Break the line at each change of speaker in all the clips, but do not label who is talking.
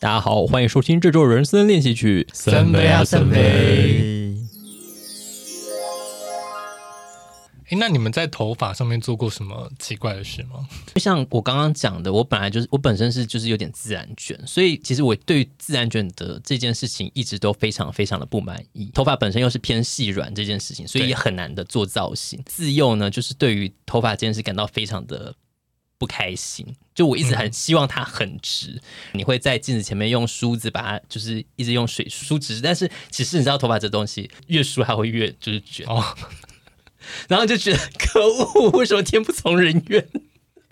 大家好，欢迎收听这周人生练习曲。
三杯啊三杯哎，那你们在头发上面做过什么奇怪的事吗？
就像我刚刚讲的，我本来就是我本身是就是有点自然卷，所以其实我对于自然卷的这件事情一直都非常非常的不满意。头发本身又是偏细软这件事情，所以
对
也很难的做造型。自幼呢，就是对于头发这件事感到非常的不开心，就我一直很希望它很直。你会在镜子前面用梳子把它，就是一直用水梳直，但是其实你知道头发这东西越梳它会越就是卷，
哦，
然后就觉得可恶，为什么天不从人愿？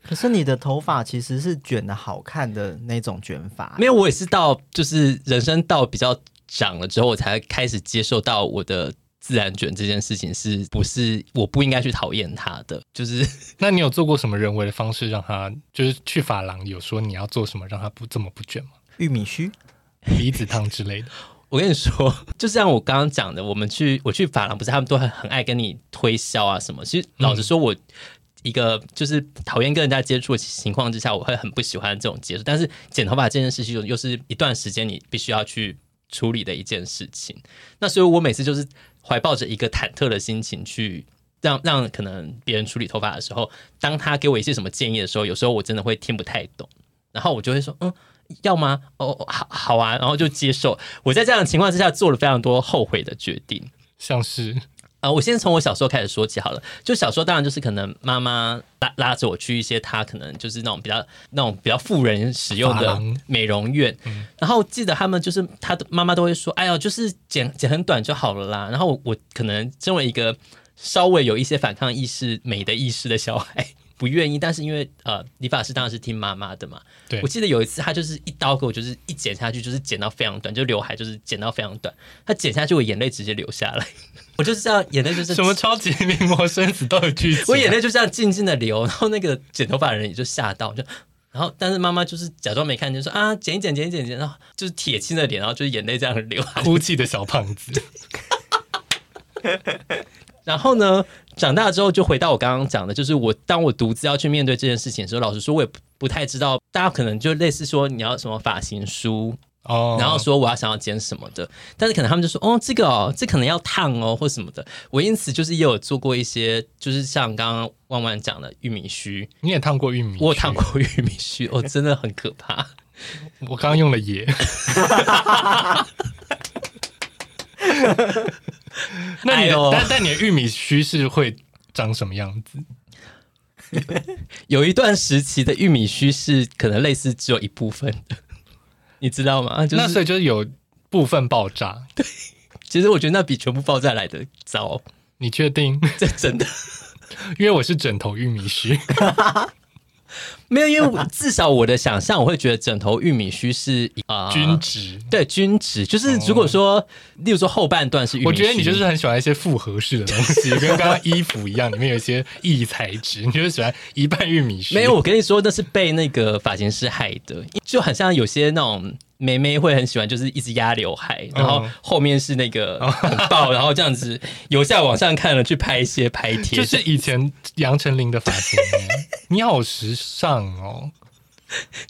可是你的头发其实是卷的好看的那种卷法，
没有，我也是到就是人生到比较长了之后，我才开始接受到我的自然卷这件事情是不是我不应该去讨厌它的，就是
那你有做过什么人为的方式让它就是去发廊有说你要做什么让它不这么不卷吗？
玉米须，
离子烫之类的？
我跟你说，就像我刚刚讲的，我们去我去发廊，不是他们都很很爱跟你推销啊什么。其实老实说，我一个就是讨厌跟人家接触的情况之下，我会很不喜欢这种接触。但是剪头发这件事情，又又是一段时间你必须要去处理的一件事情。那所以我每次就是怀抱着一个忐忑的心情去。让让可能别人处理头发的时候，当他给我一些什么建议的时候，有时候我真的会听不太懂，然后我就会说，嗯，要吗？哦，哦好，好啊，然后就接受。我在这样的情况之下做了非常多后悔的决定
像是
啊、我先从我小时候开始说起好了。就小时候，当然就是可能妈妈拉拉着我去一些她可能就是那种比较那种比较富人使用
发
的
廊嗯
美容院，然后记得他们就是她的妈妈都会说：“哎呦，就是剪剪很短就好了啦。”然后我我可能身为一个稍微有一些反抗意识、美的意识的小孩。不愿意，但是因为呃，理发师当然是听妈妈的嘛，
对
我记得有一次，他就是一刀给我，就是一剪下去，就是剪到非常短，就刘海就是剪到非常短。他剪下去，我眼泪直接流下来， 我就是这样，眼泪就是
什么超级名模生死斗的剧情啊、
我眼泪就这样静静的流。然后那个剪头发的人也就吓到，就然后但是妈妈就是假装没看见，说啊剪一剪剪一剪剪，然后就是铁青的脸，然后就是眼泪这样流。
哭泣的小胖子，
然后呢，长大之后就回到我刚刚讲的，就是我当我独自要去面对这件事情的时候，老实说，我也不不太知道，大家可能就类似说你要什么发型书，
哦，
然后说我要想要剪什么的，但是可能他们就说哦，这个哦，这可能要烫哦，或什么的。我因此就是也有做过一些，就是像刚刚万万讲的玉米须，
你也烫过玉米，
我有烫，过玉米 须，哦，真的很可怕。
我刚刚用了野。 那
哎
你的、
呦
但但你的玉米须是会长什么样子？
有一段时期的玉米须是可能类似只有一部分的，你知道吗？啊就
那所
是
以就是有部分爆炸，
其实我觉得那比全部爆炸来的 糟，
你确定？
这真的。
因为我是枕头玉米须，
没有，因为我至少我的想象，我会觉得枕头玉米须是啊、呃
均值。哦
对均值，就是如果说，例如说后半段是玉米须，
我觉得你就是很喜欢一些复合式的东 西，跟刚刚衣服一样，里面有一些异材质，你就是喜欢一半玉米须。
没有，，我跟你说，那是被那个发型师害的，就很像有些那种妹妹会很喜欢，就是一直压刘海，然后后面是那个 很爆，然后这样子由下往上看了去拍一些拍贴，
就是以前杨丞琳的发型耶，你好时尚哦。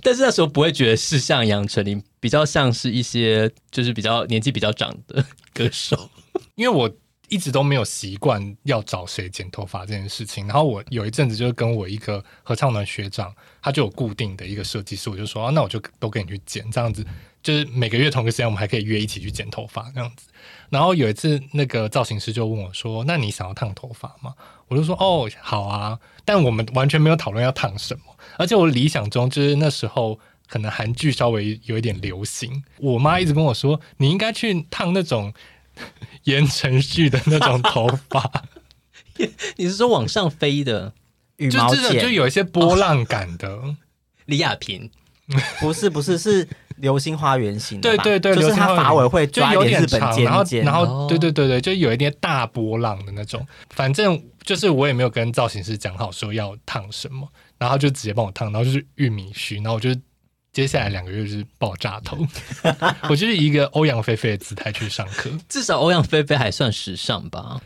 但是那时候不会觉得是像杨丞琳，比较像是一些就是比较年纪比较长的歌手。
因为我一直都没有习惯要找谁剪头发这件事情。然后我有一阵子就是跟我一个合唱团学长，他就有固定的一个设计师，我就说、啊、那我就都跟你去剪，这样子就是每个月同个时间我们还可以约一起去剪头发这样子。然后有一次那个造型师就问我说：“那你想要烫头发吗？”我就说：“哦，好啊。”但我们完全没有讨论要烫什么，而且我理想中就是那时候。可能韩剧稍微有一点流行，我妈一直跟我说，你应该去烫那种 言承旭的那种头发，
你是说往上飞的
羽
就
毛
这种就
剪，嗯
有一些波浪感 的，
李亚平？
不是不是是流星花园型的
对
吧，
对对，
就是
流星
它
花园
发尾会
就
抓
有
一点
点
日本
长，然后
尖尖，
然
哦
后对对对对，就有一点大波浪的那种。反正就是我也没有跟造型师讲好说要烫什么，然后他就直接帮我烫，然后就是玉米须，然后我就接下来两个月就是爆炸 头，我就是以一个欧阳菲菲的姿态去上课。
至少欧阳菲菲还算时尚吧，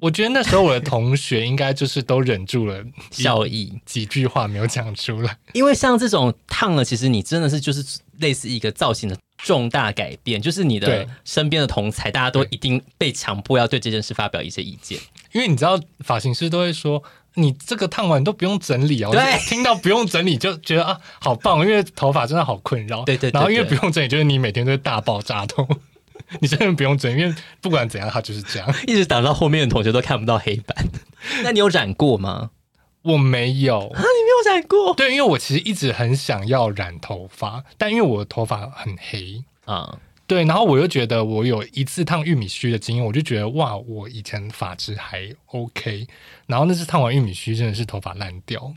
我觉得那时候我的同学应该就是都忍住了一
笑意。
几句话没有讲出来。
因为像这种烫了，其实你真的是就是类似一个造型的重大改变，就是你的
对
身边的同才，大家都
对
一定被强迫要对这件事发表一些意见。
因为你知道发型师都会说。你这个烫完你都不用整理啊！我就
对
听到不用整理就觉得啊，好棒，因为头发真的好困扰。
对对对
然后因为不
对
用整理，就是你每天都会大爆炸头，你真的不用整理，因为不管怎样，它就是这样。
一直打到后面的同学都看不到黑板。 那你有染过吗？
我没有，
啊，你没有染过
对，因为我其实一直很想要染头发，但因为我的头发很黑，
啊？
对，然后我又觉得我有一次烫玉米须的经验，我就觉得哇，我以前发质还 OK，然后那次烫完玉米须真的是头发烂掉，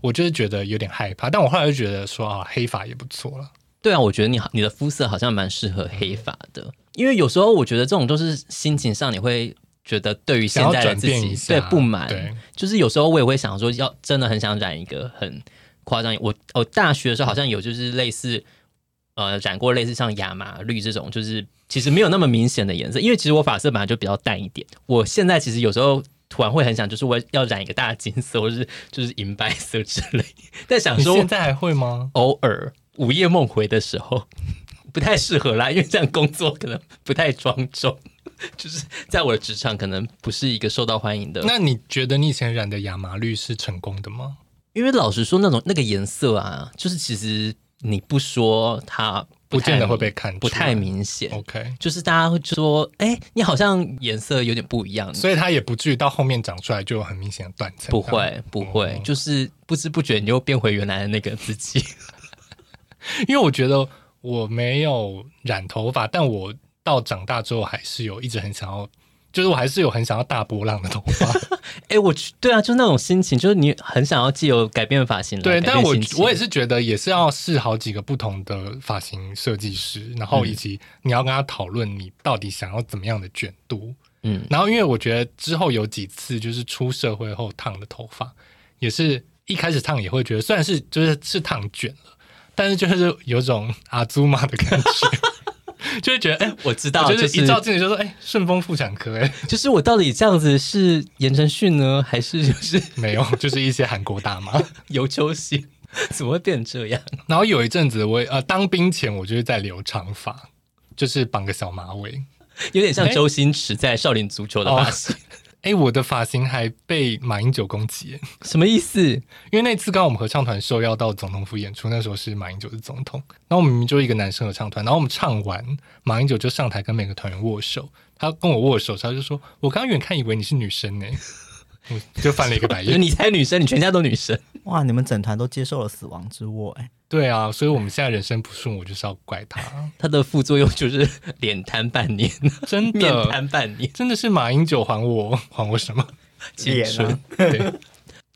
我就是觉得有点害怕，但我后来就觉得说啊，黑发也不错了，
对啊，我觉得你好，你的肤色好像蛮适合黑发的，因为有时候我觉得这种都是心情上你会觉得对于现
想要
在的
转
自
变一
己
下，
对不满，嗯
对，
就是有时候我也会想说，要真的很想染一个很夸张。我我大学的时候好像有就是类似呃染过类似像亚麻绿这种，就是其实没有那么明显的颜色，因为其实我发色本来就比较淡一点。我现在其实有时候。突然会很想，就是我要染一个大金色，或是就是银白色之类。但想
你
说
现在还会吗？
偶尔午夜梦回的时候，不太适合啦，因为这样工作可能不太庄重， 就是在我的职场可能不是一个受到欢迎的
那你觉得你以前染的亚麻绿是成功的吗？
因为老实说，那种那个颜色啊，就是其实你不说它
不
太
见得会被看出来，
不太明显，
OK，
就是大家会说，哎、你好像颜色有点不一样。
所以它也不至于到后面长出来就有很明显的断层，
不
这样
会，不会
哦，
就是不知不觉你又变回原来的那个自己。
因为我觉得我没有染头发，但我到长大之后还是有一直很想要，就是我还是有很想要大波浪的头 发。
哎，我去对啊，就是那种心情，就是你很想要借由改变发型来
对，
改变
但我
心情
我也是觉得也是要试好几个不同的发型设计师，然
嗯
后以及你要跟他讨论你到底想要怎么样的卷度。
嗯，
然后因为我觉得之后有几次就是出社会后烫的头发，也是一开始烫也会觉得虽然是就是是烫卷了，但是就是有种阿祖玛的感觉，就会觉 得哎、
我知道，
我就
就是
一照镜子就说：“哎、顺丰妇产科、哎，
就是我到底这样子是言承旭呢，还是就是
没有， 就是一些韩国大妈。
尤秋兴？ 怎么会变这样？
然后有一阵子我也呃当兵前，我就是在留长发，就是绑个小马尾。
有点像
哎
周星驰在《少林足球》的发型，
哎、我的发型还被马英九攻击，哎
什么意思？
因为那次刚好我们合唱团受邀到总统府演出，那时候是马英九是总统，然后我们明明就一个男生合唱团，然后我们唱完，马英九就上台跟每个团员握手，他跟我握手，他就说：“我刚远看以为你是女生呢、哎我就翻了一个白 眼
就。你才女生，你全家都女生。
哇，你们整团都接受了死亡之握、哎，
对啊，所以我们现在人生不顺，我就是要怪他。
它的副作用就是脸瘫半年，
真
面
的，
瘫半年，
真的是马英九还我，还我什么？
青春。
脸啊
对，哎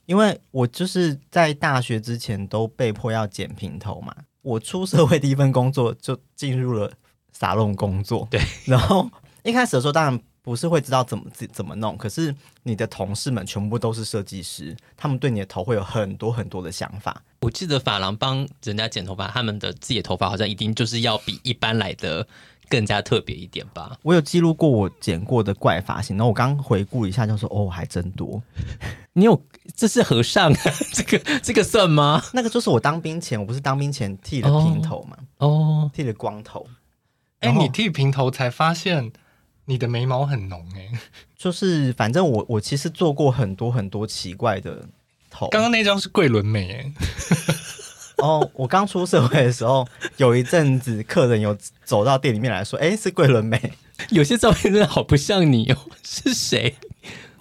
因为我就是在大学之前都被迫要剪平头嘛，我出社会第一份工作就进入了沙龙工作，
对，
然后一开始的时候当然不是会知道怎么自怎么弄，可是你的同事们全部都是设计师，他们对你的头会有很多很多的想法，
我记得发廊帮人家剪头发，他们的自己的头发好像一定就是要比一般来的更加特别一点吧。
我有记录过我剪过的怪发型，然后我刚回顾一下，就说哦，还真多。
你有这是和尚，啊 这个这个算吗？
那个就是我当兵前，我不是当兵前剃了平头嘛，
哦，
剃了光头，
哎、
然后
你剃平头才发现你的眉毛很浓哎、
就是反正我我其实做过很多很多奇怪的头。
刚刚那张是桂纶镁哎，
哦，我刚出社会的时候，有一阵子客人有走到店里面来说，哎，是桂纶镁，
有些照片真的好不像你哦， 是谁？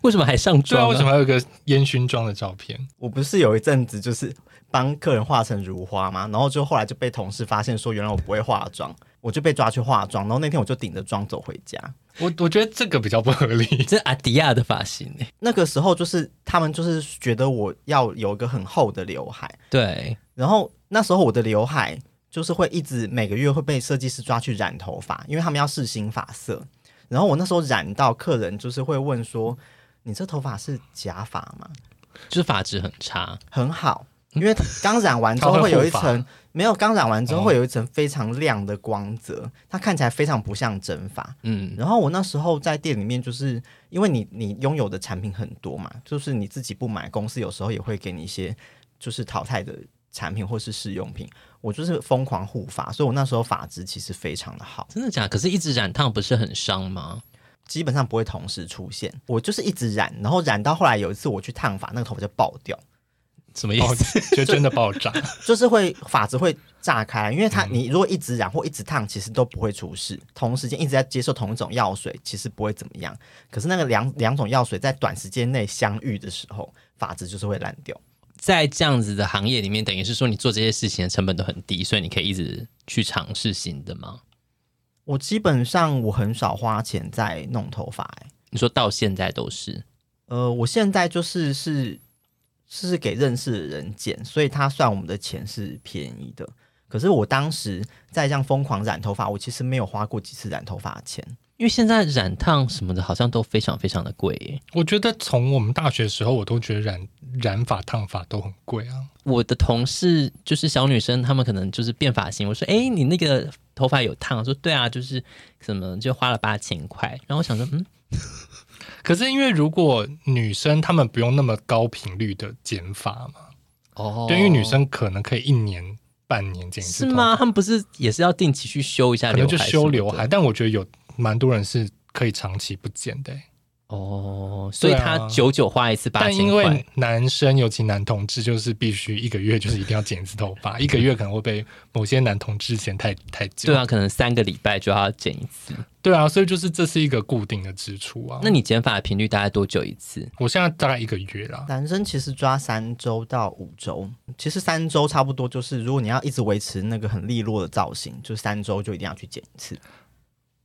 为什么还上
对
妆、
啊，为什么？还有一个烟熏妆的照片？
我不是有一阵子就是帮客人化成如花嘛，然后就后来就被同事发现说，原来我不会化妆，我就被抓去化妆，然后那天我就顶着妆走回家。
我我觉得这个比较不合理。
这是阿迪亚的发型欸
那个时候就是他们就是觉得我要有一个很厚的刘海，
对，
然后那时候我的刘海就是会一直每个月会被设计师抓去染头发，因为他们要试新发色。然后我那时候染到客人就是会问说：“你这头发是假发吗
就是发质很差。？”
很好，因为刚染完之后
他会
会有一
护发
层没有刚染完之后会有一层非常亮的光泽，它看起来非常不像真发。
嗯，
然后我那时候在店里面，就是因为你你拥有的产品很多嘛，就是你自己不买，公司有时候也会给你一些就是淘汰的产品或是试用品，我就是疯狂护发，所以我那时候发质其实非常的好，
真的假的？可是一直染烫不是很伤吗？
基本上不会同时出现。我就是一直染，然后染到后来有一次我去烫发，那个头发就爆掉，
什么意
爆
思？
就哦真的爆炸，
就是会发质会炸开，因为它你如果一直染或一直烫，其实都不会出事。同时间一直在接受同一种药水，其实不会怎么样。可是那个两两种药水在短时间内相遇的时候，发质就是会烂掉。
在这样子的行业里面，等于是说你做这些事情的成本都很低，所以你可以一直去尝试新的吗？
我基本上我很少花钱在弄头发、欸，
你说到现在都是，
呃，我现在就是是是给认识的人剪，所以他算我们的钱是便宜的。可是我当时在这样疯狂染头发，我其实没有花过几次染头发的钱。
因为现在染烫什么的，好像都非常非常的贵耶。
我觉得从我们大学时候，我都觉得染染发、烫发都很贵啊。
我的同事就是小女生，她们可能就是变发型。我说：“哎、你那个头发有烫？”说：“对啊，就是什么就花了八千块。”然后我想说：“嗯，
可是因为如果女生她们不用那么高频率的剪发嘛，
哦
对，因为女生可能可以一年、半年剪一次
是
头发，
吗？她们不是也是要定期去修一下
可
刘
能
海？
就修刘海，。但我觉得有蛮多人是可以长期不剪的欸、
哦，所以
对啊
她久久花一次八
但
千
因
块
为。男生，尤其男同志，就是必须一个月就是一定要剪一次头 发，一个月可能会被某些男同志嫌太太久。
对，啊，可能三个礼拜就要剪一次。
对啊，所以就是这是一个固定的支出啊。
那你剪发的频率大概多久一次？
我现在大概一个月啦，
男生其实抓三周到五周，其实三周差不多就是，如果你要一直维持那个很利落的造型，就三周就一定要去剪一次。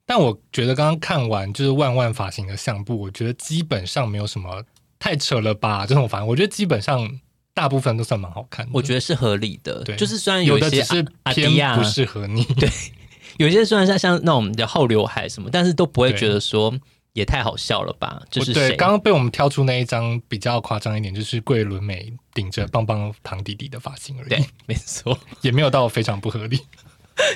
但我觉得刚刚看完就是万万发型的相簿，我觉得基本上没有什么太扯了吧这种发型，我觉得基本上大部分都算蛮好看的。
我觉得是合理的，
对
就是虽然
有
一
的
些
只是
阿迪亚
偏不适合你，
有一些虽然像像那种比较厚刘海什么，但是都不会
对
觉得说也太好笑了吧？这是
嗯哦对，
谁？
刚刚被我们挑出那一张比较夸张一点，就是桂纶镁顶着棒棒糖弟弟的发型 而
对
已，，
没错。
也没有到非常不合理。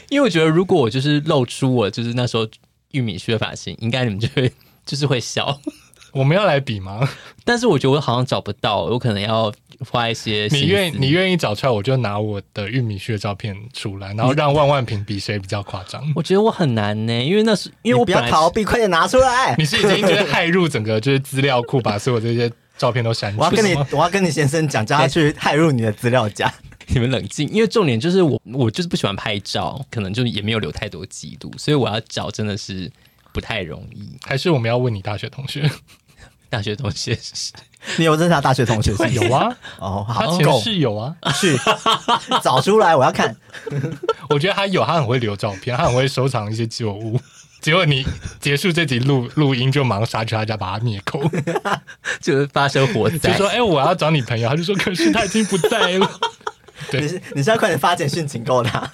因为我觉得如果我就是露出我就是那时候玉米须的发型，应该你们就会 就是会笑。
我们要来比吗？
但是我觉得我好像找不到，我可能要花一些心
你
思。
愿你愿意找出来，我就拿我的玉米须的照片出来，然后让万万评比谁比较夸张。
我觉得我很难呢、因为那是因为我
你不要
本来
逃避，快点拿出来！
你是已经就是害入整个就是资料库，把所有这些照片都删除
我要跟你
吗？，
我要跟你先生讲，叫他去 害入你的资料 夹。
你们冷静，因为重点就是我我就是不喜欢拍照，可能就也没有留太多记录，所以我要找真的是不太容易。
还是我们要问你大学同学？
大学同学 是
你有认识他大学同学是不是？
有啊，
哦，
他
好
前
够
世有啊。
去找出来，我要看。
我觉得他有，他很会留照片，他很会收藏一些旧物。结果你结束这集录录音，就马上杀去他家把他灭口，
就是发生火
就
灾
说：“，哎、我要找你朋友。”他就说：“可是他已经不在了。 对”
你是你是要快点发简讯警告他。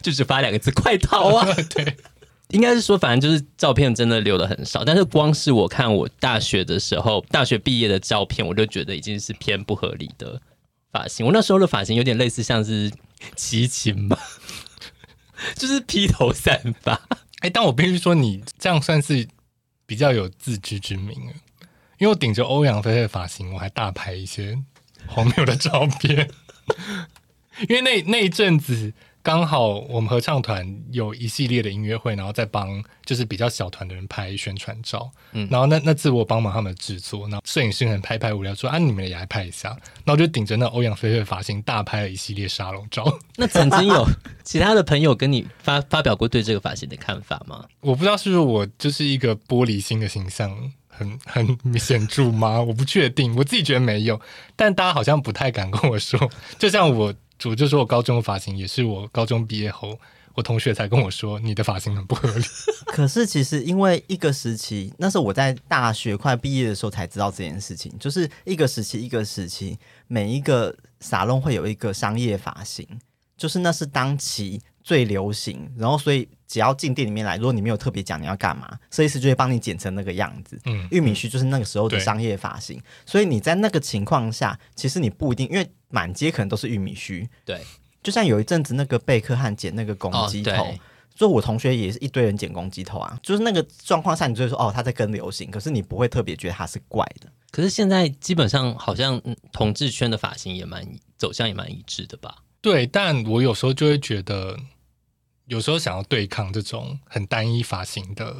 就只发两个字“快逃啊”！
对，
应该是说，反正就是照片真的留的很少，但是光是我看我大学的时候，大学毕业的照片，我就觉得已经是偏不合理的发型。我那时候的发型有点类似像是 齐秦吧， 就是披头散发。
哎、但我必须说，你这样算是比较有自知之明了，因为我顶着欧阳菲菲的发型，我还大拍一些荒谬的照片。 因为那那一阵子刚好我们合唱团有一系列的音乐会，然后再帮就是比较小团的人拍宣传照，嗯，然后那那次我帮忙他们制作，然后摄影师可能拍拍无聊说啊你们也来拍一下，然后我就顶着那欧阳菲菲的发型大拍了一系列沙龙照。
那曾经有其他的朋友跟你发发表过对这个发型的看法吗？
我不知道是不是我就是一个玻璃心的形象很 很显著吗？我不确定，我自己觉得没有，但大家好像不太敢跟我说。就像我，我就说我高中的发型也是我高中毕业后，我同学才跟我说你的发型很不合理。
可是其实因为一个时期，那是我在大学快毕业的时候才知道这件事情，就是一个时期一个时期，每一个沙龙会有一个商业发型，就是那是当期最流行，然后所以只要进店里面来，如果你没有特别讲你要干嘛，设计师就会帮你剪成那个样子。
嗯，
玉米须就是那个时候的
对
商业发型，所以你在那个情况下，其实你不一定，因为满街可能都是玉米须，
对，
就像有一阵子那个贝克汉剪那个公鸡头，
哦对
所以我同学也是一堆人剪公鸡头啊，就是那个状况下，你就会说哦，他在跟流行，可是你不会特别觉得他是怪的。
可是现在基本上好像嗯同志圈的发型也蛮走向也蛮一致的吧？
对，但我有时候就会觉得，有时候想要对抗这种很单一发型的，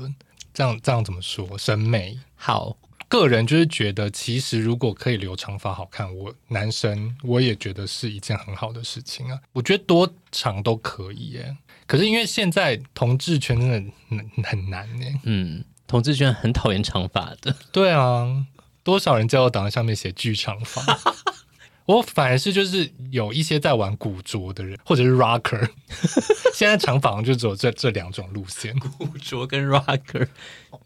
这样这样怎么说审美？
好，
个人就是觉得，其实如果可以留长发好看，我男生我也觉得是一件很好的事情啊。我觉得多长都可以耶。可是因为现在同志圈真的很很难耶。
嗯，同志圈很讨厌长发 的，
对啊，多少人在我档案上面写剧场发？ 我反而是就是有一些在玩古着的人，或者是 rocker，现在长发好像就只有这这两种路线。
古着跟 rocker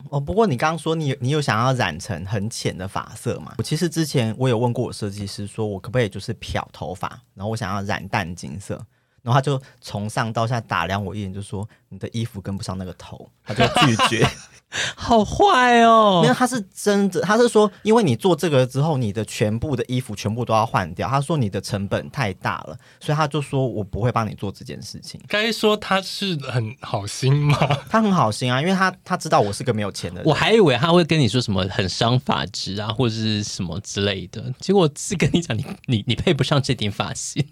哦，不过你刚刚说你有你有想要染成很浅的发色嘛？我其实之前我有问过我设计师，说我可不可以就是漂头发，然后我想要染淡金色，然后他就从上到下打量我一眼，就说你的衣服跟不上那个头，他就拒绝。
好坏
没有，
哦，
他是真的，他是说因为你做这个之后，你的全部的衣服全部都要换掉，他说你的成本太大了，所以他就说我不会帮你做这件事 情。
该说他是很好心吗？
他很好心啊，因为他他知道我是个没有钱的人
我。还以为他会跟你说什么很伤发质啊，或者是什么之类的，结果是跟你讲你你你配不上这顶发型，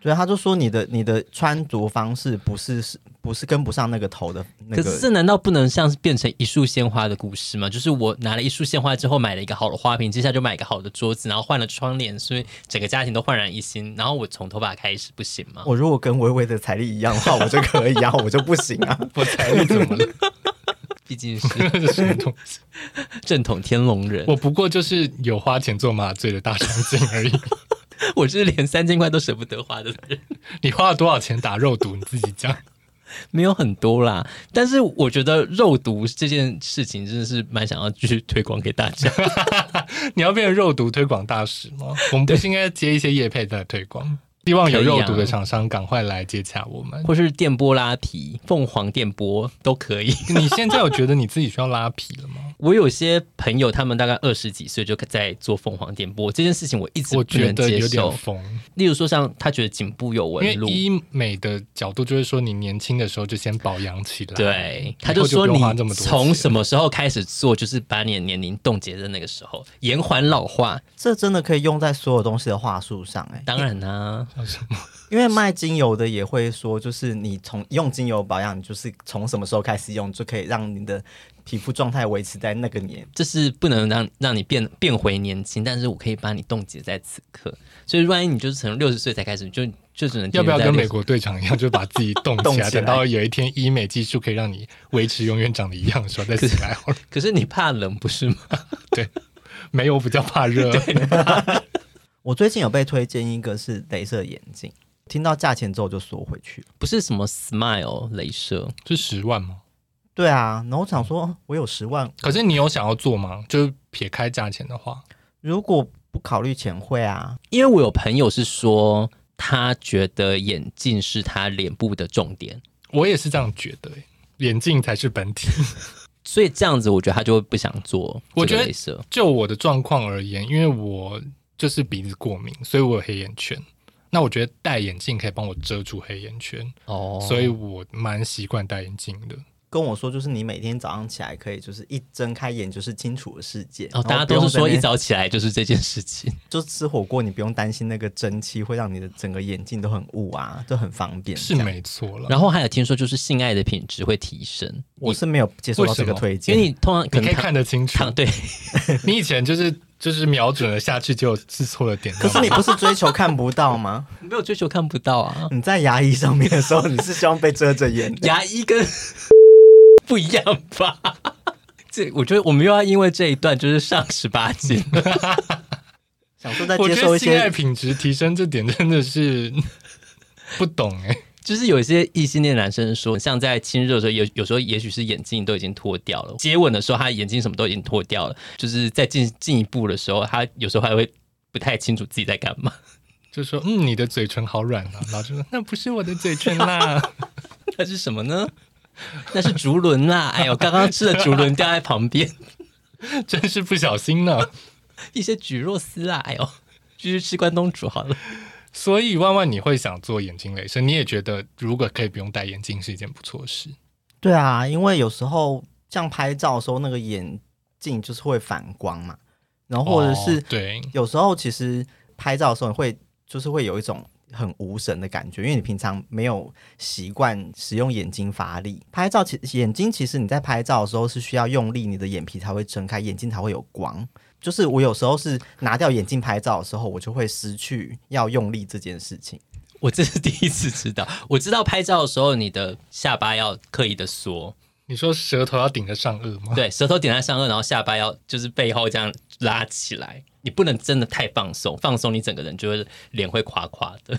对，他就说你的你的穿着方式不是是不是跟不上那个头的那
可是啊
个。
这难道不能像是变成一束鲜花的故事吗？就是我拿了一束鲜花之后，买了一个好的花瓶，接下来就买一个好的桌子，然后换了窗帘，所以整个家庭都焕然一新。然后我从头发开始，不行吗？
我如果跟微微的财力一样的话，我就可以啊，我就不行 啊。
我才力怎么了？
毕竟是
什么东西？
正统天龙人，
我不过就是有花钱做麻醉的大长今 而已。
我是连三千块都舍不得花的人，
你花了多少钱打肉毒？你自己讲。
没有很多啦。但是我觉得肉毒这件事情真的是蛮想要继续推广给大家。
你要变成肉毒推广大使吗？我们不是应该接一些业配的推广？希望有肉毒的厂商赶快来接洽我们。
或是电波拉皮、凤凰电波都可以。啊
你现在有觉得你自己需要拉皮 了吗？
我有些朋友，他们大概二十几岁就在做凤凰电波这件事情，我一直
我
不
觉
能
得
接
有点
受。
疯，
例如说，像他觉得颈部有纹
因为
路，
医美的角度就会说你年轻的时候就先保养起来。
对，他
以后就
说
不用花这
你
么多
从
钱
什么时候开始做，就是把你的年龄冻结在那个时候，延缓老化。
这真的可以用在所有东西的话术上哎、
当然啊 啦、
因为卖精油的也会说，就是你从用精油保养，你就是从什么时候开始用，就可以让你的皮肤状态维持在那个年。
这是不能让让你变变回年轻，但是我可以把你冻结在此刻。所以，万一你就是从六十岁才开始，你就就只能
要不要
停留在
跟美
60
国队长一样，就把自己冻
动
起
起
来？
来
等到有一天医美技术可以让你维持永远长得一样的时候再起来好了。
可是你怕冷不是吗？
没有，我比较怕热。
我最近有被推荐一个是镭射眼镜，听到价钱之后就缩回去了。
不是什么 Smile 镭射，
是十万吗？
对啊，然后我想说，哦我有十万，
可是你有想要做吗？就是撇开价钱的话，
如果不考虑钱会啊，
因为我有朋友是说，他觉得眼镜是他脸部的重点，
我也是这样觉得、欸。眼镜才是本体。
所以这样子，我觉得他就会不想做
我
这个
觉得
镭射。
就我的状况而言，因为我就是鼻子过敏，所以我有黑眼圈。那我觉得戴眼镜可以帮我遮住黑眼圈，
哦
所以我蛮习惯戴眼镜的。
跟我说，就是你每天早上起来可以，就是一睁开眼就是清楚的世界。
哦，大家
然后不用
都是说
在那
一
边
早起来就是这件事 情，
就吃火锅，你不用担心那个蒸汽会让你的整个眼镜都很雾啊，就很方便。
是
这样？
没错了。
然后还有听说就是性爱的品质会提升，
我是没有接受到这个推
因
荐，
为你通常可
你
能
可以
躺
看得清楚
躺，对，
你以前就是就是瞄准了下去，结果是错了点。
可是你不是追求看不到 吗？
没有追求看不到啊，
你在牙医上面的时候，你是希望被遮着眼的。
牙医跟 不一样吧？ 这我觉得我们又要因为这一段就是上十八禁了。
想说再
我
接
觉
受
得
一
性爱
些，
品质提升这点真的是 不懂哎、
就是有一些异性恋男生说，像在亲热的时候，有有时候也许是眼镜都已经脱掉了，接吻的时候他眼睛什么都已经脱掉了，就是在进进一步的时候，他有时候还会不太清楚自己在干嘛，
就说嗯，你的嘴唇好软啊， 然后就说那不是我的嘴唇啦，
那是什么呢？那是竹轮啦！哎呦，刚刚吃的竹轮掉在旁边，
真是不小心呢。
一些菊若丝啦！哎呦，继续吃关东煮好 了。
所以万万你会想做眼睛镭射，你也觉得如果可以不用戴眼镜是一件不错的事。
对啊，因为有时候像拍照的时候，那个眼镜就是会反光嘛，然后或者是
哦对，
有时候其实拍照的时候，你会就是会有一种很无神的感觉，因为你平常没有习惯使用眼睛发力。拍照其眼睛其实你在拍照的时候是需要用力，你的眼皮才会睁开，眼睛才会有光。就是我有时候是拿掉眼镜拍照的时候，我就会失去要用力这件事情。
我这是第一次知道，我知道拍照的时候你的下巴要刻意的缩，
你说舌头要顶着上颚吗？
对，舌头顶在上颚，然后下巴要就是背后这样拉起来，你不能真的太放松，放松你整个人就会脸会垮垮的。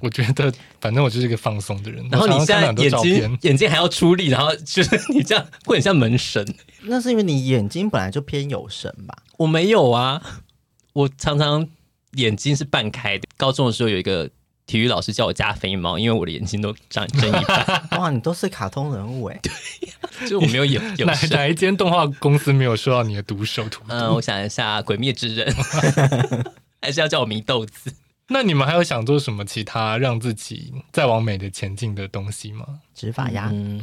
我觉得反正我就是一个放松的人。
然后
我
你
常
现在
常看到很多
眼
照
睛
片，
眼睛还要出力，然后就是你这样 会很像门神。
那是因为你眼睛本来就偏有神吧？
我没有啊，我常常眼睛是半开的。高中的时候有一个体育老师叫我加肥猫，因为我的眼睛都长真一 半，
哇，你都是卡通人物哎、
就是我没有有有
哪
神。
哪一间动画公司没有收到你的毒手图？
嗯，我想一下，《鬼灭之刃》 还是要叫我祢豆子。
那你们还有想做什么其他让自己再往美的前进的东西吗？
直发呀，
嗯，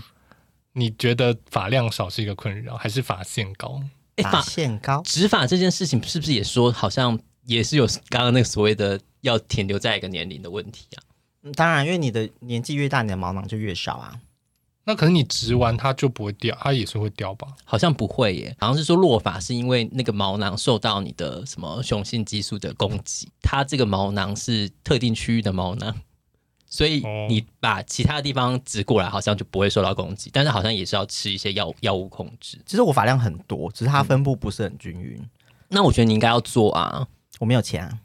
你觉得发量少是一个困扰，还是发线高？
哎、
发
发
线高。
植发这件事情是不是也说好像也是有刚刚那个所谓的要停留在一个年龄的问题啊？
嗯当然，因为你的年纪越大，你的毛囊就越少啊。
那可是你植完它就不会掉，它也是会掉吧？
好像不会耶，好像是说落发是因为那个毛囊受到你的什么雄性激素的攻击，它这个毛囊是特定区域的毛囊，所以
哦
你把其他地方植过来，好像就不会受到攻击，但是好像也是要吃一些药药物控制。
其实我发量很多，只是
嗯
它分布不是很均匀。
那我觉得你应该要做啊。
我没有钱啊，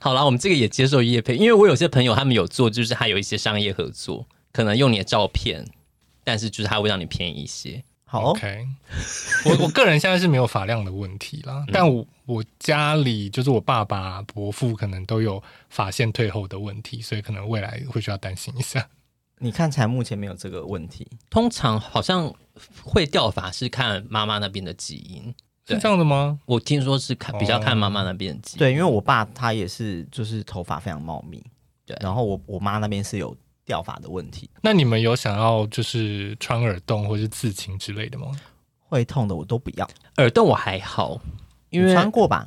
好啦，我们这个也接受业配，因为我有些朋友他们有做，就是他有一些商业合作，可能用你的照片，但是就是他会让你便宜一些。
好、哦
OK，我我个人现在是没有发量的问题啦，
嗯
但我我家里就是我爸爸、伯父可能都有发线退后的问题，所以可能未来会需要担心一下。
你看起来目前没有这个问题。
嗯
通常好像会掉发是看妈妈那边的基因，对
是这样的吗？
我听说是看比较看妈妈那边的基因。
对，因为我爸他也是，就是头发非常茂密，
对
然后我我妈那边是有掉发的问题，
那你们有想要就是穿耳洞或是刺青之类的吗？
会痛的我都不要。
耳洞我还好，因为
你穿过吧？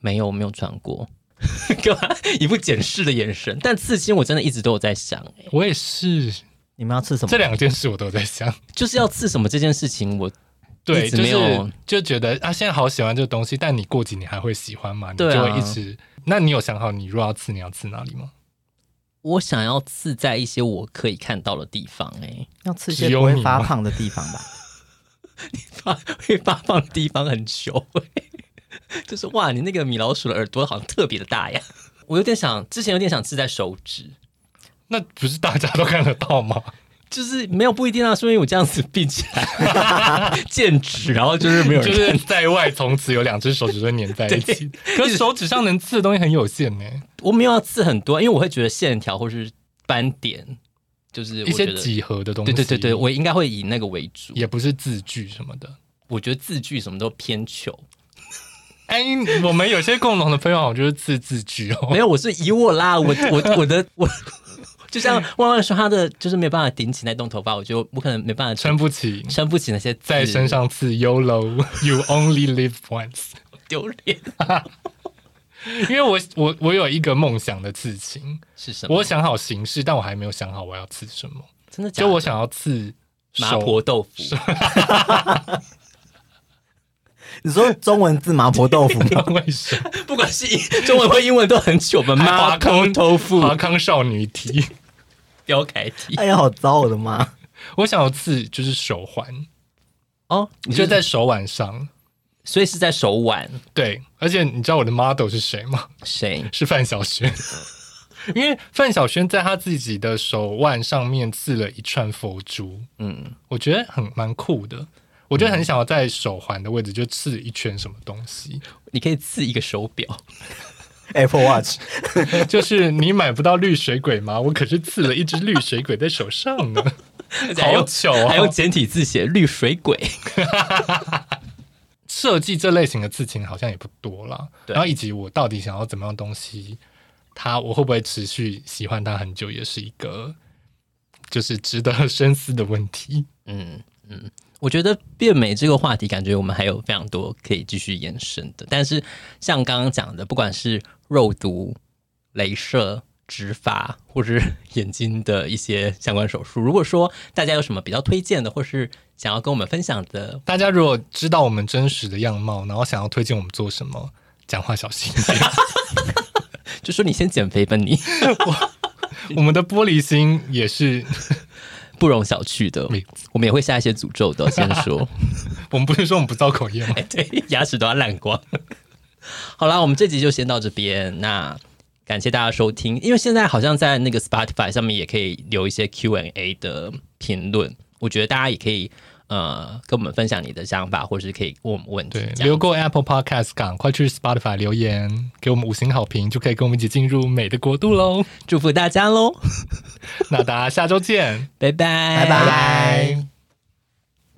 没有我没有穿过。 干嘛一副检视的眼神？但刺青我真的一直都有在想、欸
我也是，
你们要吃什
这
么？
两件事我都 在想。
就是要刺什么这件事情，我
对，
一直
就
没有
是就觉得啊，现在好喜欢这个东西，但你过几年还会喜欢吗？你就
对啊
会一直。那你有想好你如果要刺，你要刺哪里吗？
我想要刺在一些我可以看到的地方、欸。
要吃一
只
些
有
不会
你
发
吗
胖的地方吧？
发 会发放的地方很糗、欸，就是哇，你那个米老鼠的耳朵好像特别的大呀。我有点想，之前有点想刺在手指，
那不是大家都看得 到吗？
就是没有不一定啊，说明我这样子闭起来 剑指，然后就是没有人
就
看
是在外，从此有两只手指都粘在 一起。可是手指上能刺的东西很有限呢，
我没有要刺很多，因为我会觉得线条或是斑点，就是我
一
觉
些
得
几何的东西。
对对对对，我应该会以那个为主。
也不是字句什么的。
我觉得字句什么都偏求，
哎，我们有些共同的朋友好像就是刺字句
没
哦。
有，我是以我啦，我 我我的我， 就像万万说他的就是没有办法顶起那栋头发，我就我可能没办法
撑不起，
撑不起那些字
在身上刺 “yolo”，you only live once。
丢脸
因为我我我有一个梦想的刺青，
是什么？
我想好形式，但我还没有想好我要刺什么。
真的假
就
的
我想要刺
麻
手
婆豆腐，
你说中文字麻婆豆腐 吗
为什么？
不管是英中文或英文都很糗 吧？麻
华
婆
康
豆腐
华康少女体。
标楷体
哎呀，好糟，我的妈！
我想要刺就是手环，
哦，
你
你
就
就在，
在手腕上。
所以是在手腕
对，而且你知道我的 model 是谁吗？
谁？
是范晓 萱。因为范晓萱在她自己的手腕上面刺了一串佛珠，
嗯，
我觉得很蛮酷的。我就很想要在手环的位置就刺一圈什么东西，
你可以刺一个手表，
Apple Watch，
就是你买不到绿水鬼吗？我可是刺了一只绿水鬼在手上 呢，
还
好
用
巧哦！
还用简体字写绿水鬼，
设计这类型的事情好像也不多啦。
对
然后以及我到底想要怎么样的东西，它我会不会持续喜欢它很久，也是一个就是值得深思的问题。
嗯嗯，我觉得变美这个话题，感觉我们还有非常多可以继续延伸的。但是像刚刚讲的，不管是肉毒、镭射、植发，或是眼睛的一些相关手术，如果说大家有什么比较推荐的，或是想要跟我们分享的，
大家如果知道我们真实的样貌，然后想要推荐我们做什么，讲话小心一点。
就说你先减肥吧，你
我们的玻璃心也是，
不容小觑的
没有。
我们也会下一些诅咒的， 先说。
我们不是说我们不造口业吗？
对，牙齿都要烂光。 好啦，我们这集就先到这边。那感谢大家收听，因为现在好像在那个 Spotify 上面也可以留一些 Q&A 的评论，我觉得大家也可以呃跟我们分享你的想法，或是可以问我们问题
对，。
这样
留过 Apple Podcast，赶快去 Spotify 留言，给我们五星好评，就可以跟我们一起进入美的国度喽。
祝福大家喽，
那大家下周见，
拜拜，
拜拜
拜拜。